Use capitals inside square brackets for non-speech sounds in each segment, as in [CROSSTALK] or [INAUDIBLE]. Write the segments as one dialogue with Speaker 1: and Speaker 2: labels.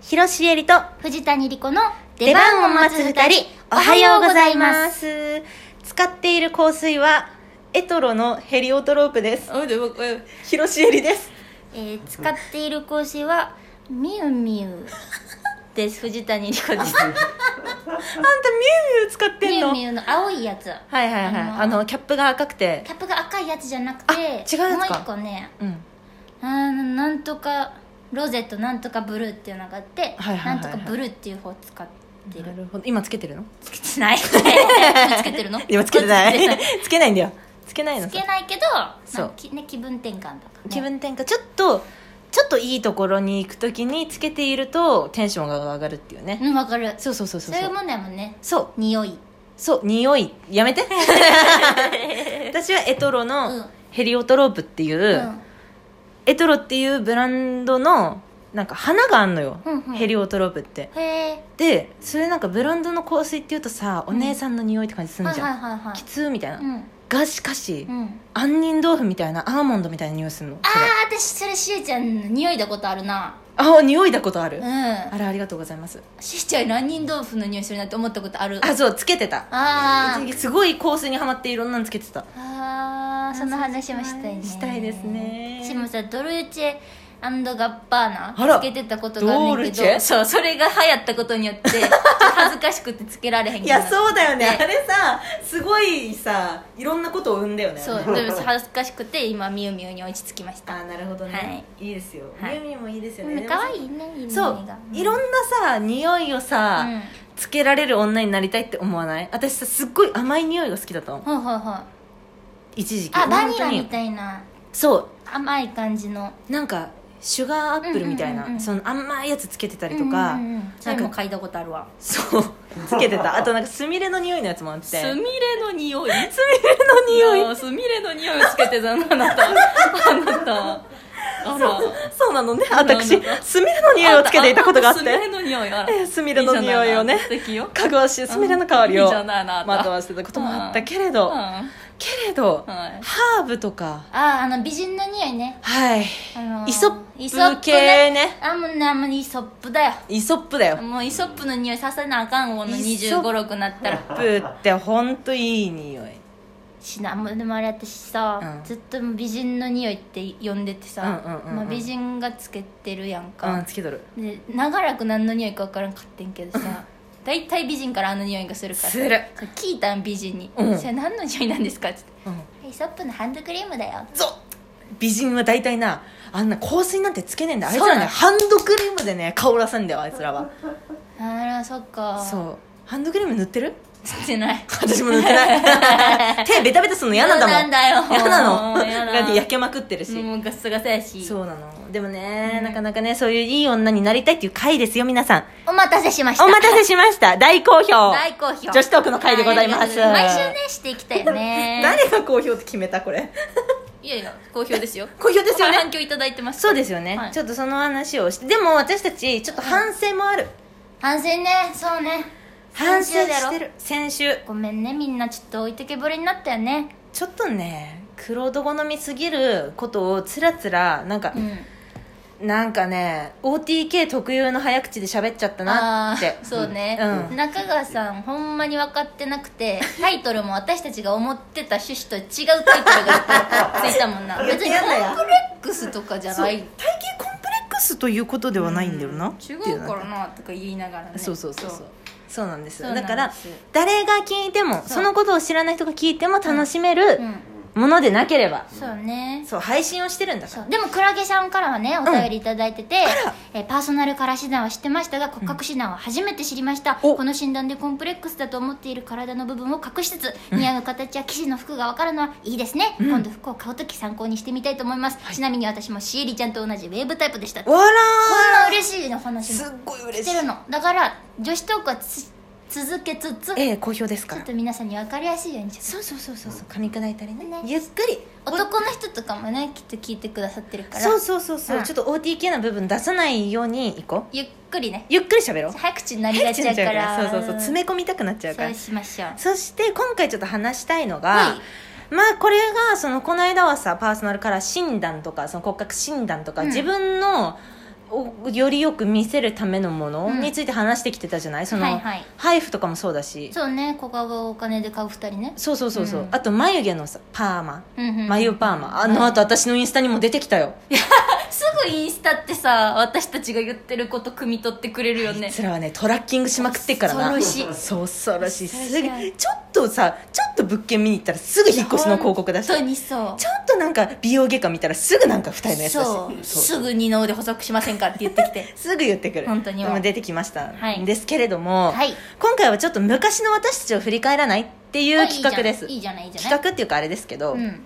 Speaker 1: 広瀬えりと
Speaker 2: 藤谷莉子の
Speaker 1: 出番を待つ二人おはようございます使っている香水はエトロのヘリオトロープです広瀬えりです
Speaker 2: えー、使っている香水はミュウミュウです藤谷莉子
Speaker 1: [LAUGHS]
Speaker 2: です
Speaker 1: あんたミュウミュウ使っ
Speaker 2: ミ
Speaker 1: てん
Speaker 2: ュ
Speaker 1: の
Speaker 2: ウミュウの青いやつ
Speaker 1: はいはいはい
Speaker 2: あの
Speaker 1: あのキャップが赤くて
Speaker 2: キャップが赤いやつじゃなく
Speaker 1: あ
Speaker 2: て
Speaker 1: 違うやつか
Speaker 2: もう一個ね
Speaker 1: うん
Speaker 2: あーなんとかロゼとなんとかブルーっていうのがあって、
Speaker 1: はいはいはいはい
Speaker 2: なんとかブルーっていう方を使ってる
Speaker 1: なるほど今つけてるの
Speaker 2: つけ
Speaker 1: [LAUGHS]
Speaker 2: てないつけてるの
Speaker 1: 今つけてない [LAUGHS]
Speaker 2: つ
Speaker 1: つけないんだよつけないのさ
Speaker 2: けないけど
Speaker 1: そう
Speaker 2: まあきね、気分転換だから、ね、
Speaker 1: 気分転換ちょっとちょっといいところに行くときにつけているとテンションが上がるっていうね、
Speaker 2: うんわかる
Speaker 1: そうそうそうそう
Speaker 2: そう
Speaker 1: そ
Speaker 2: いう
Speaker 1: う
Speaker 2: もんだもんね
Speaker 1: そう
Speaker 2: 匂い
Speaker 1: そう匂いやめ
Speaker 2: [LAUGHS]
Speaker 1: て私はエトロ
Speaker 2: う
Speaker 1: の
Speaker 2: ん
Speaker 1: ヘリオトロープっていう、
Speaker 2: うん
Speaker 1: エトロっていうブランドのなんか花があんのよ、
Speaker 2: うんうん
Speaker 1: ヘリオトロープって
Speaker 2: へえ
Speaker 1: でそれなんかブランドの香水っていうとさお
Speaker 2: うん
Speaker 1: 姉さんの匂いって感じす
Speaker 2: は
Speaker 1: る
Speaker 2: い
Speaker 1: じ
Speaker 2: は
Speaker 1: ゃん、
Speaker 2: いはいはい
Speaker 1: きつーみたいな、
Speaker 2: うん
Speaker 1: がしかし、
Speaker 2: うん
Speaker 1: 杏仁豆腐みたいなアーモンドみたいな匂いするの
Speaker 2: あ
Speaker 1: それ
Speaker 2: あ私それしえちゃんの匂いだことあるな
Speaker 1: ああ匂いだことある、
Speaker 2: うん
Speaker 1: あれありがとうございます
Speaker 2: しえちゃん杏仁豆腐の匂いするなって思ったことある
Speaker 1: あそうつけてた
Speaker 2: あー
Speaker 1: すごい香水にはまっていろんなのつけてた
Speaker 2: あーその話もしたいね
Speaker 1: したいですね
Speaker 2: しもさドルチェガッパー
Speaker 1: あ
Speaker 2: ナ
Speaker 1: ら
Speaker 2: つけてたことがあんねんけ
Speaker 1: ドルチ
Speaker 2: ど
Speaker 1: ェ
Speaker 2: そうそれが流行ったことによって
Speaker 1: [LAUGHS]
Speaker 2: ちょっと恥ずかしくてつけられへん
Speaker 1: い
Speaker 2: けど
Speaker 1: やそうだよねあれさすごいさいろんなことを生んだよね
Speaker 2: そうでも恥ずかしくて今みゆみゆに落ち着きまし
Speaker 1: あ
Speaker 2: た
Speaker 1: ーなるほどね、い、いですよ
Speaker 2: はい
Speaker 1: ユミもいいですよね、
Speaker 2: 可愛いねいいね
Speaker 1: そう
Speaker 2: が
Speaker 1: いろんなさ匂いをさ、
Speaker 2: うん
Speaker 1: つけられる女になりたいって思わない私さすっごい甘い匂いが好きだったの
Speaker 2: ほうほうほう
Speaker 1: 一時期
Speaker 2: あバ
Speaker 1: 本
Speaker 2: ニラ
Speaker 1: 当に
Speaker 2: みたいな
Speaker 1: そ
Speaker 2: 甘い感じの
Speaker 1: うなんかシュガーアップルみたいな、
Speaker 2: うんうんうんうん
Speaker 1: その甘いやつつけてたりとか、
Speaker 2: うんうんうんそれも嗅いだことあるわ
Speaker 1: そうつけて
Speaker 2: [LAUGHS]
Speaker 1: たあとなんかスミレの匂いのやつもあって
Speaker 2: すみれの匂い
Speaker 1: スミレの匂い
Speaker 2: いすみれの匂いつけてたのあなたあなたあら
Speaker 1: そうな
Speaker 2: [LAUGHS]
Speaker 1: のね
Speaker 2: うなの
Speaker 1: 私スミレの匂いをつけていたことがあっ
Speaker 2: スミレ
Speaker 1: て
Speaker 2: の匂いあ
Speaker 1: ええスミレの匂いをね
Speaker 2: いいじゃない素敵よ
Speaker 1: かぐわしいスミレの香り
Speaker 2: いい
Speaker 1: を
Speaker 2: じゃないあなた
Speaker 1: まとわせてたこともあったけれ
Speaker 2: うん
Speaker 1: ど
Speaker 2: あ
Speaker 1: けれど
Speaker 2: はい
Speaker 1: ハーブとか
Speaker 2: ああの美人の匂いね
Speaker 1: はい
Speaker 2: あのー
Speaker 1: イソッ
Speaker 2: イソッ
Speaker 1: プ
Speaker 2: プ
Speaker 1: 系
Speaker 2: ね
Speaker 1: ね
Speaker 2: あもうねあもうイソップだよ
Speaker 1: イソップだよ
Speaker 2: もうイソップの匂いさせなあかんこの
Speaker 1: イ
Speaker 2: 2
Speaker 1: ソップ
Speaker 2: 5五6になったら
Speaker 1: ハーブって本当いい匂い
Speaker 2: しなもうでもあれ私さ、
Speaker 1: うん
Speaker 2: ずっと美人の匂いって呼んでてさ、
Speaker 1: うんうんうんうん
Speaker 2: まあ、美人がつけてるやん
Speaker 1: うん
Speaker 2: か、
Speaker 1: つけとる
Speaker 2: で長らく何の匂いか分からんかってんけどさ大体美人からあの匂いがするから
Speaker 1: する
Speaker 2: それ聞いたん美人に「
Speaker 1: うん
Speaker 2: それ何の匂いなんですか?」って
Speaker 1: うん
Speaker 2: 「イソップのハンドクリームだよ
Speaker 1: ぞ美人は大体なあんな香水なんてつけねえんだあいつら
Speaker 2: そう
Speaker 1: ね
Speaker 2: なの
Speaker 1: ハンドクリームでね香らせんだよあいつらは」
Speaker 2: あらそっか
Speaker 1: そうハンドクリーム塗って
Speaker 2: [LAUGHS]
Speaker 1: る
Speaker 2: つっ
Speaker 1: [LAUGHS]
Speaker 2: てない
Speaker 1: 私も塗ってない [LAUGHS] 手ベタベタするの嫌なんだもん
Speaker 2: 嫌なんだよ
Speaker 1: 嫌なの
Speaker 2: 嫌だ
Speaker 1: だって焼けまくってるし、
Speaker 2: もうガッサガサやし
Speaker 1: そうなのでもね、
Speaker 2: うん
Speaker 1: なかなかねそういういい女になりたいっていう回ですよ皆さん
Speaker 2: お待たせしました
Speaker 1: お待たせしました大好評
Speaker 2: 大好評
Speaker 1: 女子トークの回でございます、
Speaker 2: はありがとうございます毎週ねしていきたいよ
Speaker 1: [LAUGHS]
Speaker 2: ね
Speaker 1: 誰が好評って決めたこれ
Speaker 2: いやいや好
Speaker 1: [LAUGHS]
Speaker 2: 評ですよ
Speaker 1: 好評ですよね
Speaker 2: 反響いただいてます
Speaker 1: そうですよね、
Speaker 2: はい
Speaker 1: ちょっとその話をしてでも私たちちょっと反省もある、
Speaker 2: 反省ねそうね
Speaker 1: 反省
Speaker 2: 先週だ
Speaker 1: して
Speaker 2: ろ
Speaker 1: る先週
Speaker 2: ごめんねみんなちょっと置いてけぼりになったよね
Speaker 1: ちょっとね黒人好みすぎることをつらつらなんか
Speaker 2: う、ん
Speaker 1: なんかね OTK 特有の早口で喋っちゃったなって
Speaker 2: あーそうね、
Speaker 1: うん
Speaker 2: 中川さんほんまに分かってなくてタイトルも私たちが思ってた趣旨と違うタイトルが
Speaker 1: [LAUGHS]
Speaker 2: ついたもんな別に
Speaker 1: やだ
Speaker 2: コ
Speaker 1: や
Speaker 2: ンプレックスとかじゃ
Speaker 1: そう
Speaker 2: な
Speaker 1: 体
Speaker 2: い
Speaker 1: 型コンプレックスということではないんだよな、って
Speaker 2: 違
Speaker 1: いう
Speaker 2: からなとか言いながらね
Speaker 1: そうそうそうそうそうなんですよ
Speaker 2: そうな
Speaker 1: だ
Speaker 2: んで
Speaker 1: か
Speaker 2: す
Speaker 1: ら誰が聞いても
Speaker 2: そう
Speaker 1: そのことを知らない人が聞いても楽しめる
Speaker 2: うん
Speaker 1: ものでなければ、
Speaker 2: そうね
Speaker 1: そう配信をしてるんだか
Speaker 2: そ
Speaker 1: ら
Speaker 2: うでもクラゲさんからはねお便りいただいてて、えーパーソナルカラー診断は知ってましたが骨格診断は初めて知りました、
Speaker 1: お
Speaker 2: この診断でコンプレックスだと思っている体の部分を隠しつつ、似合う形や生地の服が分かるのはいいですね、今度服を買う時参考にしてみたいと思います、ちなみに私もシエリちゃんと同じウェーブタイプでしたこん
Speaker 1: わら
Speaker 2: な嬉しいの
Speaker 1: ー
Speaker 2: 話
Speaker 1: す
Speaker 2: も
Speaker 1: っごい
Speaker 2: し
Speaker 1: 嬉
Speaker 2: て
Speaker 1: しい
Speaker 2: るのだから女子トークはつ続けつつち
Speaker 1: ええ好評ですか
Speaker 2: ょ
Speaker 1: ら
Speaker 2: っと皆さんに分かりやすいようにちょっと
Speaker 1: そうそうそうそうそう噛み砕いたりね
Speaker 2: ね
Speaker 1: ゆっくり
Speaker 2: 男の人とかもねきっと聞いてくださってるから
Speaker 1: そうそうそうそう、
Speaker 2: うん
Speaker 1: ちょっと OTK な部分出さないようにいこう
Speaker 2: ゆっくりね
Speaker 1: ゆっくり喋ろう
Speaker 2: 早口になりがちやから
Speaker 1: そうそうそう詰め込みたくなっちゃうから
Speaker 2: そうしましょう
Speaker 1: そして今回ちょっと話したいのが、
Speaker 2: は
Speaker 1: まあこれがそのこの間はさパーソナルカラー診断とかその骨格診断とか、
Speaker 2: うん
Speaker 1: 自分のをよりよく見せるためのもの
Speaker 2: うん
Speaker 1: について話してきてたじゃないその、
Speaker 2: はいはい
Speaker 1: 配布とかもそうだし
Speaker 2: そうね小顔をお金で買う二人ね、
Speaker 1: そうそうそうそう、
Speaker 2: うん
Speaker 1: あと眉毛のさパーマ
Speaker 2: うんうんうん
Speaker 1: 眉パーマあのあと私のインスタにも出てきたよ
Speaker 2: すぐインスタってさ私たちが言ってること汲み取ってくれるよね
Speaker 1: それはねトラッキングしまくってっからな
Speaker 2: 恐ろしい
Speaker 1: そう恐ろしいすぐ
Speaker 2: 恐ろしい
Speaker 1: ちょっとさちょっと物件見に行ったらすぐ引っ越しの広告出して
Speaker 2: 本当にそう
Speaker 1: ちょっとなんか美容外科見たらすぐなんか二人のやつだし
Speaker 2: そう
Speaker 1: そう
Speaker 2: すぐ二の腕補足しませんかって言ってきて
Speaker 1: すぐ言ってくる
Speaker 2: 本当にも
Speaker 1: でも出てきました、
Speaker 2: はい
Speaker 1: ですけれども、
Speaker 2: はい
Speaker 1: 今 [LAUGHS] 回はちょっと昔の私たちを振り返らないっていう企画です
Speaker 2: いいじゃないいいじゃない
Speaker 1: 企画っていうかあれですけど、
Speaker 2: うん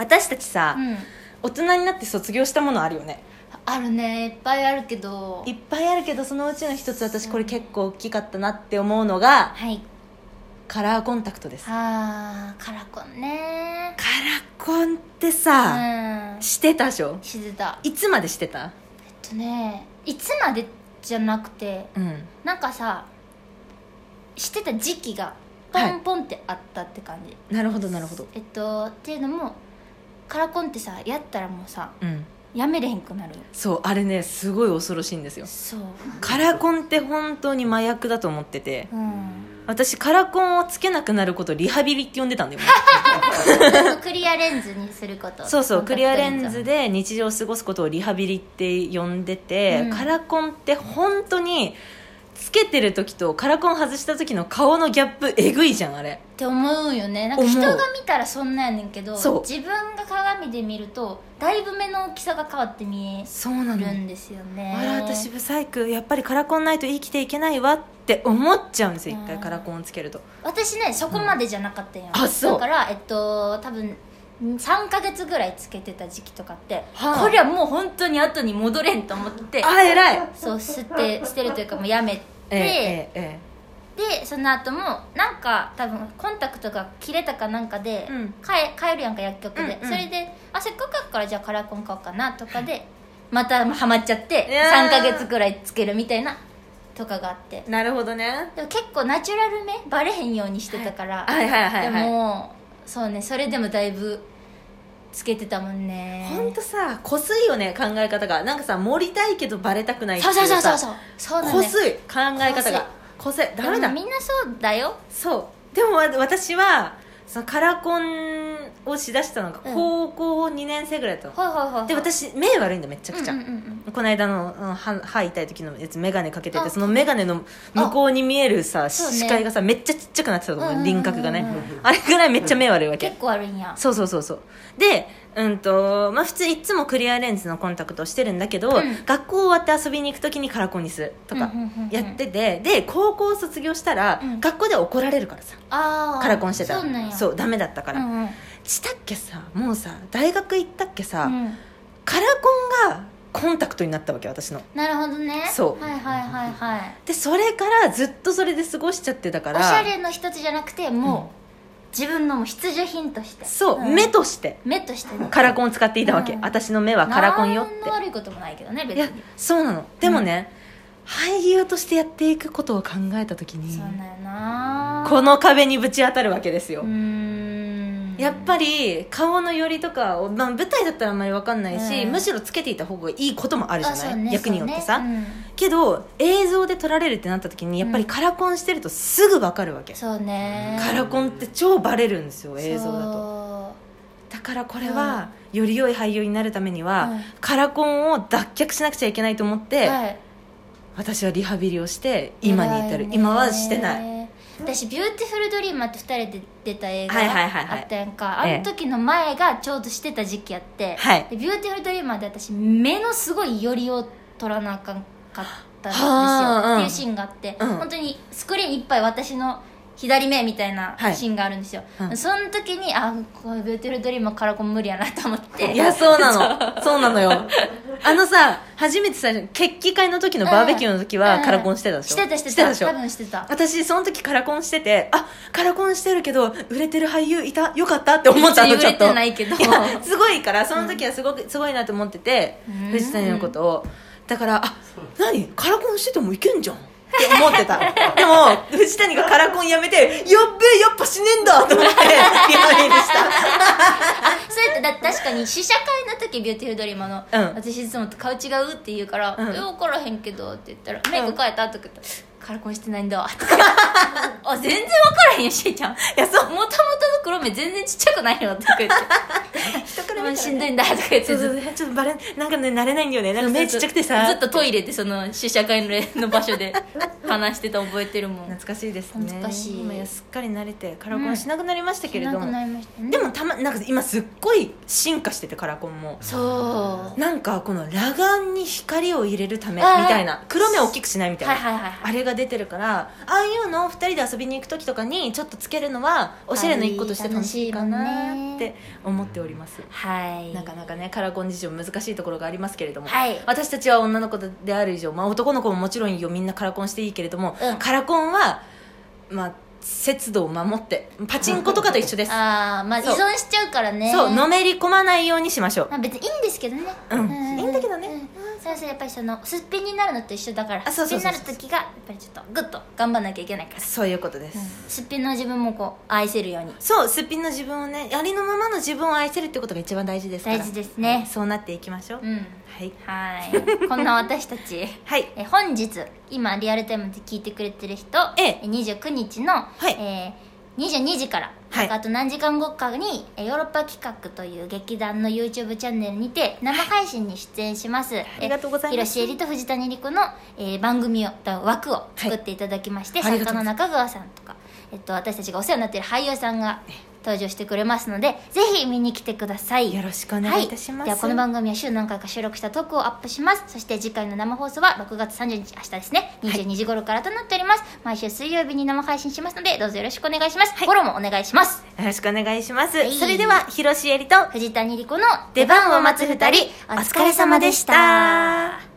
Speaker 1: 私たちさ、
Speaker 2: うん
Speaker 1: 大人になって卒業したものあるよね
Speaker 2: あるねいっぱいあるけど
Speaker 1: いっぱいあるけどそのうちの一つ私これ結構大きかったなって思うのが
Speaker 2: はい
Speaker 1: カラーコンタクトですカラ
Speaker 2: あーカラコンね
Speaker 1: ーコンって
Speaker 2: う
Speaker 1: さ、
Speaker 2: ん
Speaker 1: してたでしょ
Speaker 2: してた
Speaker 1: いつまでしてた
Speaker 2: えっとねいつまでじゃなくて
Speaker 1: うん
Speaker 2: なんかさしてた時期がポンポンってあったって感じ、
Speaker 1: なるほどなるほど
Speaker 2: えっとっていうのもカラコンってさやったらもうさ
Speaker 1: うん
Speaker 2: やめれへんくなるよ
Speaker 1: そうあれねすごい恐ろしいんですよ
Speaker 2: そう
Speaker 1: カラコンって本当に麻薬だと思ってて
Speaker 2: うん
Speaker 1: 私カラコンをつけなくなることをリハビリって呼んでたんだよね
Speaker 2: クリアレンズにすること
Speaker 1: そうそうクリアレンズで
Speaker 2: で
Speaker 1: 日常を過ごすことをリハビリって呼んでて、
Speaker 2: うん
Speaker 1: カラコンって本当につけてる時とカラコン外した時の顔のギャップえぐいじゃんあれ
Speaker 2: って思うよねなんか
Speaker 1: 思う
Speaker 2: 人が見たらそんなんやねんけど
Speaker 1: そう
Speaker 2: 自分が鏡で見るとだいぶ目の大きさが変わって見
Speaker 1: そうな
Speaker 2: え
Speaker 1: の
Speaker 2: るんですよね
Speaker 1: あら私不細工やっぱりカラコンないと生きていけないわって思っちゃうんですよ
Speaker 2: うん
Speaker 1: 一回カラコンをつけると
Speaker 2: 私ねそこまでじゃなかったんよ、
Speaker 1: うんあそう
Speaker 2: だからえっと多分3ヶ月ぐらいつけてた時期とかって、
Speaker 1: はあ
Speaker 2: これはもう本当に後に戻れんと思って
Speaker 1: あ偉い
Speaker 2: そう捨て捨てるというかもうやめて、
Speaker 1: えええええ
Speaker 2: でその後もなんか多分コンタクトが切れたかなんかで、
Speaker 1: うん
Speaker 2: 買え買えるやんか薬局で、
Speaker 1: うんうん
Speaker 2: それであせっかくやからじゃあカラコン買おうかなとかでまたハマっちゃって
Speaker 1: いやー
Speaker 2: 3ヶ月ぐらいつけるみたいなとかがあって
Speaker 1: えなるほどね
Speaker 2: でも結構ナチュラルめバレへんようにしてたから、
Speaker 1: はいはいはいはい
Speaker 2: でもそうねそれでもだいぶつけてたもんね
Speaker 1: 本当さこすいよね考え方がなんかさ盛りたいけどバレたくないってい
Speaker 2: そううそうそうそう
Speaker 1: さ
Speaker 2: そうそうだ
Speaker 1: こ
Speaker 2: ね
Speaker 1: すい考え方がこすいダメ
Speaker 2: で
Speaker 1: だ
Speaker 2: もみんなそうだよ
Speaker 1: そうでもわ私はそのカラコンをしだしたのが
Speaker 2: うん
Speaker 1: 高校2年生ぐらいだったの、
Speaker 2: ほいほいほいほい
Speaker 1: で私目悪いんだめっちゃくちゃ、
Speaker 2: うんうんうんうん
Speaker 1: この間のうん歯歯痛い時のやつ眼鏡かけてて
Speaker 2: あ
Speaker 1: その眼鏡の向こうに見えるさ
Speaker 2: そうね
Speaker 1: 視界がさめっちゃちっちゃくなってたと思う、
Speaker 2: うんうんうん
Speaker 1: 輪郭がね、
Speaker 2: うん
Speaker 1: あれぐらいめっちゃ目悪いわけ、
Speaker 2: 結構あるんや
Speaker 1: そうそうそうそうでうんとまあ普通いつもクリアレンズのコンタクトをしてるんだけど、
Speaker 2: うん
Speaker 1: 学校終わって遊びに行く時にカラコンにするとか
Speaker 2: うんうんうんうん
Speaker 1: やってて、で高校卒業したら、
Speaker 2: うん
Speaker 1: 学校では怒られるからさ
Speaker 2: ああ
Speaker 1: カラコンしてたら
Speaker 2: そうなんや
Speaker 1: ダメだったから、
Speaker 2: うんうん
Speaker 1: したっけさもうさ大学行ったっけさ、
Speaker 2: うん
Speaker 1: カラコンがコンタクトになったわけ私の
Speaker 2: なるほどね
Speaker 1: そう
Speaker 2: はいはいはいはい
Speaker 1: でそれからずっとそれで過ごしちゃってたか
Speaker 2: お
Speaker 1: ら
Speaker 2: しゃれの一つじゃなくてもう自分のもう必需品として
Speaker 1: そう、
Speaker 2: ん
Speaker 1: 目として
Speaker 2: 目としてね
Speaker 1: カラコンを使っていたわけ、
Speaker 2: うん
Speaker 1: 私の目はカラコンよっ
Speaker 2: 何
Speaker 1: て
Speaker 2: の悪いこともないけどね別
Speaker 1: いや
Speaker 2: に
Speaker 1: そうなのでもね、俳優としてやっていくことを考えた時に
Speaker 2: そうなんやな
Speaker 1: この壁にぶち当たるわけですよ、
Speaker 2: うーん
Speaker 1: やっぱり顔の寄りとかを、まあ、舞台だったらあんまり分かんないし、
Speaker 2: うん
Speaker 1: むしろつけていた方がいいこともあるじゃ
Speaker 2: あ
Speaker 1: な
Speaker 2: そ
Speaker 1: い、
Speaker 2: うね
Speaker 1: 役によって
Speaker 2: そ
Speaker 1: さ、
Speaker 2: うね
Speaker 1: けど映像で撮られるってなった時にやっぱりカラコンしてるとすぐ分かるわけ、
Speaker 2: うんそうね
Speaker 1: カラコンって超バレるんですよ映像だと
Speaker 2: と
Speaker 1: だからこれは、より良い俳優になるためには、
Speaker 2: うん
Speaker 1: カラコンを脱却しなくちゃいけないと思って、
Speaker 2: はい
Speaker 1: 私はリハビリをして今に至る、今はしてない
Speaker 2: い私「ビューティフルドリーマー」って2人で出た映画
Speaker 1: はいはいはいはい
Speaker 2: あったやんか、
Speaker 1: ええ
Speaker 2: あの時の前がちょうどしてた時期やって、
Speaker 1: はい
Speaker 2: でビューティフルドリーマー」で私目のすごい寄りを取らなあかんかったんですよ、
Speaker 1: はあうん
Speaker 2: っていうシーンがあって、
Speaker 1: うん
Speaker 2: 本当にスクリーンいっぱい私の左目みたいな
Speaker 1: はい
Speaker 2: シーンがあるんですよ、
Speaker 1: うん
Speaker 2: その時にあこれビューティフルドリーマーカラコン無理やなと思って
Speaker 1: いやそうな
Speaker 2: [LAUGHS]
Speaker 1: のそうなのよあのさ初めて最初決起会の時のバーベキューの時
Speaker 2: う
Speaker 1: は
Speaker 2: ん
Speaker 1: カラコンしてたでしょ、
Speaker 2: してたしてた
Speaker 1: してたでしょ
Speaker 2: 多分してた
Speaker 1: 私その時カラコンしててあカラコンしてるけど売れてる俳優いたよかったって思ったの
Speaker 2: 別
Speaker 1: ち
Speaker 2: に
Speaker 1: ょ
Speaker 2: 売
Speaker 1: っ
Speaker 2: れ
Speaker 1: と
Speaker 2: てないけど
Speaker 1: やすごいからその時はすごくすごいなと思ってて、
Speaker 2: うん
Speaker 1: 藤谷のことをだからあ何カラコンしててもいけんじゃんって思ってたでも藤谷がカラコンやめてやっべえやっぱ死ねえんだと思ってリハビリした
Speaker 2: そうやってだ [LAUGHS] 確かに試写会の時ビューティフルドリームの、
Speaker 1: うん
Speaker 2: 私いつもと顔違うって言うから「
Speaker 1: うん
Speaker 2: え分からへんけど」って言ったら「メイク変えた?」とか言ったら「カラコンしてないんだ」とかあ全然分からへんよしーちゃんいやそうもともとの黒目全然ちっちゃくないよ」とか
Speaker 1: [LAUGHS]
Speaker 2: 言って
Speaker 1: 人から見ら
Speaker 2: 「もうしたんどいんだ」とか言っ
Speaker 1: そ
Speaker 2: て
Speaker 1: うそ
Speaker 2: ずっ
Speaker 1: うそうちょっとバレなんかね慣れないんだよねなん
Speaker 2: と
Speaker 1: か目ちっちゃくてさ
Speaker 2: ずっとトイレでその試写会のれ [LAUGHS] の場所で話してた覚えてるもん
Speaker 1: 懐かしいですね
Speaker 2: 懐かしい
Speaker 1: 今やすっかり慣れてカラコンしなくなりましたけれど
Speaker 2: な
Speaker 1: も、
Speaker 2: くなりましたね
Speaker 1: でもたまなんか今すっごい進化しててカラコンも
Speaker 2: そう
Speaker 1: なんかこの裸眼に光を入れるためみ
Speaker 2: あー
Speaker 1: たいな黒目を大きくしないみたいな、
Speaker 2: はいはいはいはい
Speaker 1: あれが出てるからああいうのを2人で遊びに行く時とかにちょっとつけるのはおしゃれの一個として楽しいかなって思っております
Speaker 2: はい
Speaker 1: なかなかねカラコン事情難しいところがありますけれども、
Speaker 2: はい
Speaker 1: 私たちは女の子である以上、まあ、男の子ももちろんいいよみんなカラコンしていいけれども、
Speaker 2: うん
Speaker 1: カラコンは、まあ、節度を守ってパチンコとかと一緒です、
Speaker 2: ああまあ依
Speaker 1: そう
Speaker 2: 存しちゃうからね
Speaker 1: そうのめり込まないようにしましょう
Speaker 2: まあ別にいいんですけどね、
Speaker 1: うんいいんだけどね
Speaker 2: うんそうそうやっぱりそのすっぴんになるのと一緒だから
Speaker 1: あそうそうそうそう
Speaker 2: すっぴんになる時がやっぱりちょっとグッと頑張んなきゃいけないから、
Speaker 1: そういうことです、
Speaker 2: すっぴんの自分もこう愛せるように
Speaker 1: そうすっぴんの自分をねありのままの自分を愛せるってことが一番大事ですから
Speaker 2: 大事ですね
Speaker 1: はいそうなっていきましょう、
Speaker 2: うん
Speaker 1: はい
Speaker 2: は
Speaker 1: [LAUGHS]
Speaker 2: いこんな私たち
Speaker 1: はい
Speaker 2: え本日今リアルタイムで聞いてくれてる人
Speaker 1: ええ
Speaker 2: 29日の、
Speaker 1: い
Speaker 2: えー22時から、
Speaker 1: はい
Speaker 2: あと何時間後かにえーヨーロッパ企画という劇団の YouTube チャンネルにて生配信に出演します、
Speaker 1: ありがとうございます
Speaker 2: 広瀬絵里と藤谷莉子の、えー番組をと枠を作っていただきまして、
Speaker 1: はいあり
Speaker 2: 作
Speaker 1: が
Speaker 2: 家
Speaker 1: とうご
Speaker 2: の
Speaker 1: ざ
Speaker 2: 中川さんとか、えっと、私たちがお世話になっている俳優さんが登場してくれますのでぜひ見に来てください
Speaker 1: よろしくお願いいたします、
Speaker 2: ではこの番組は週何回か収録したトークをアップしますそして次回の生放送は6月30日明日ですね22時頃からとなっております、毎週水曜日に生配信しますのでどうぞよろしくお願いします、フォローもお願いします
Speaker 1: よろしくお願いします、
Speaker 2: はい
Speaker 1: それでは広瀬絵里と
Speaker 2: 藤谷莉子の
Speaker 1: 出番を待つ二人お疲れ様でした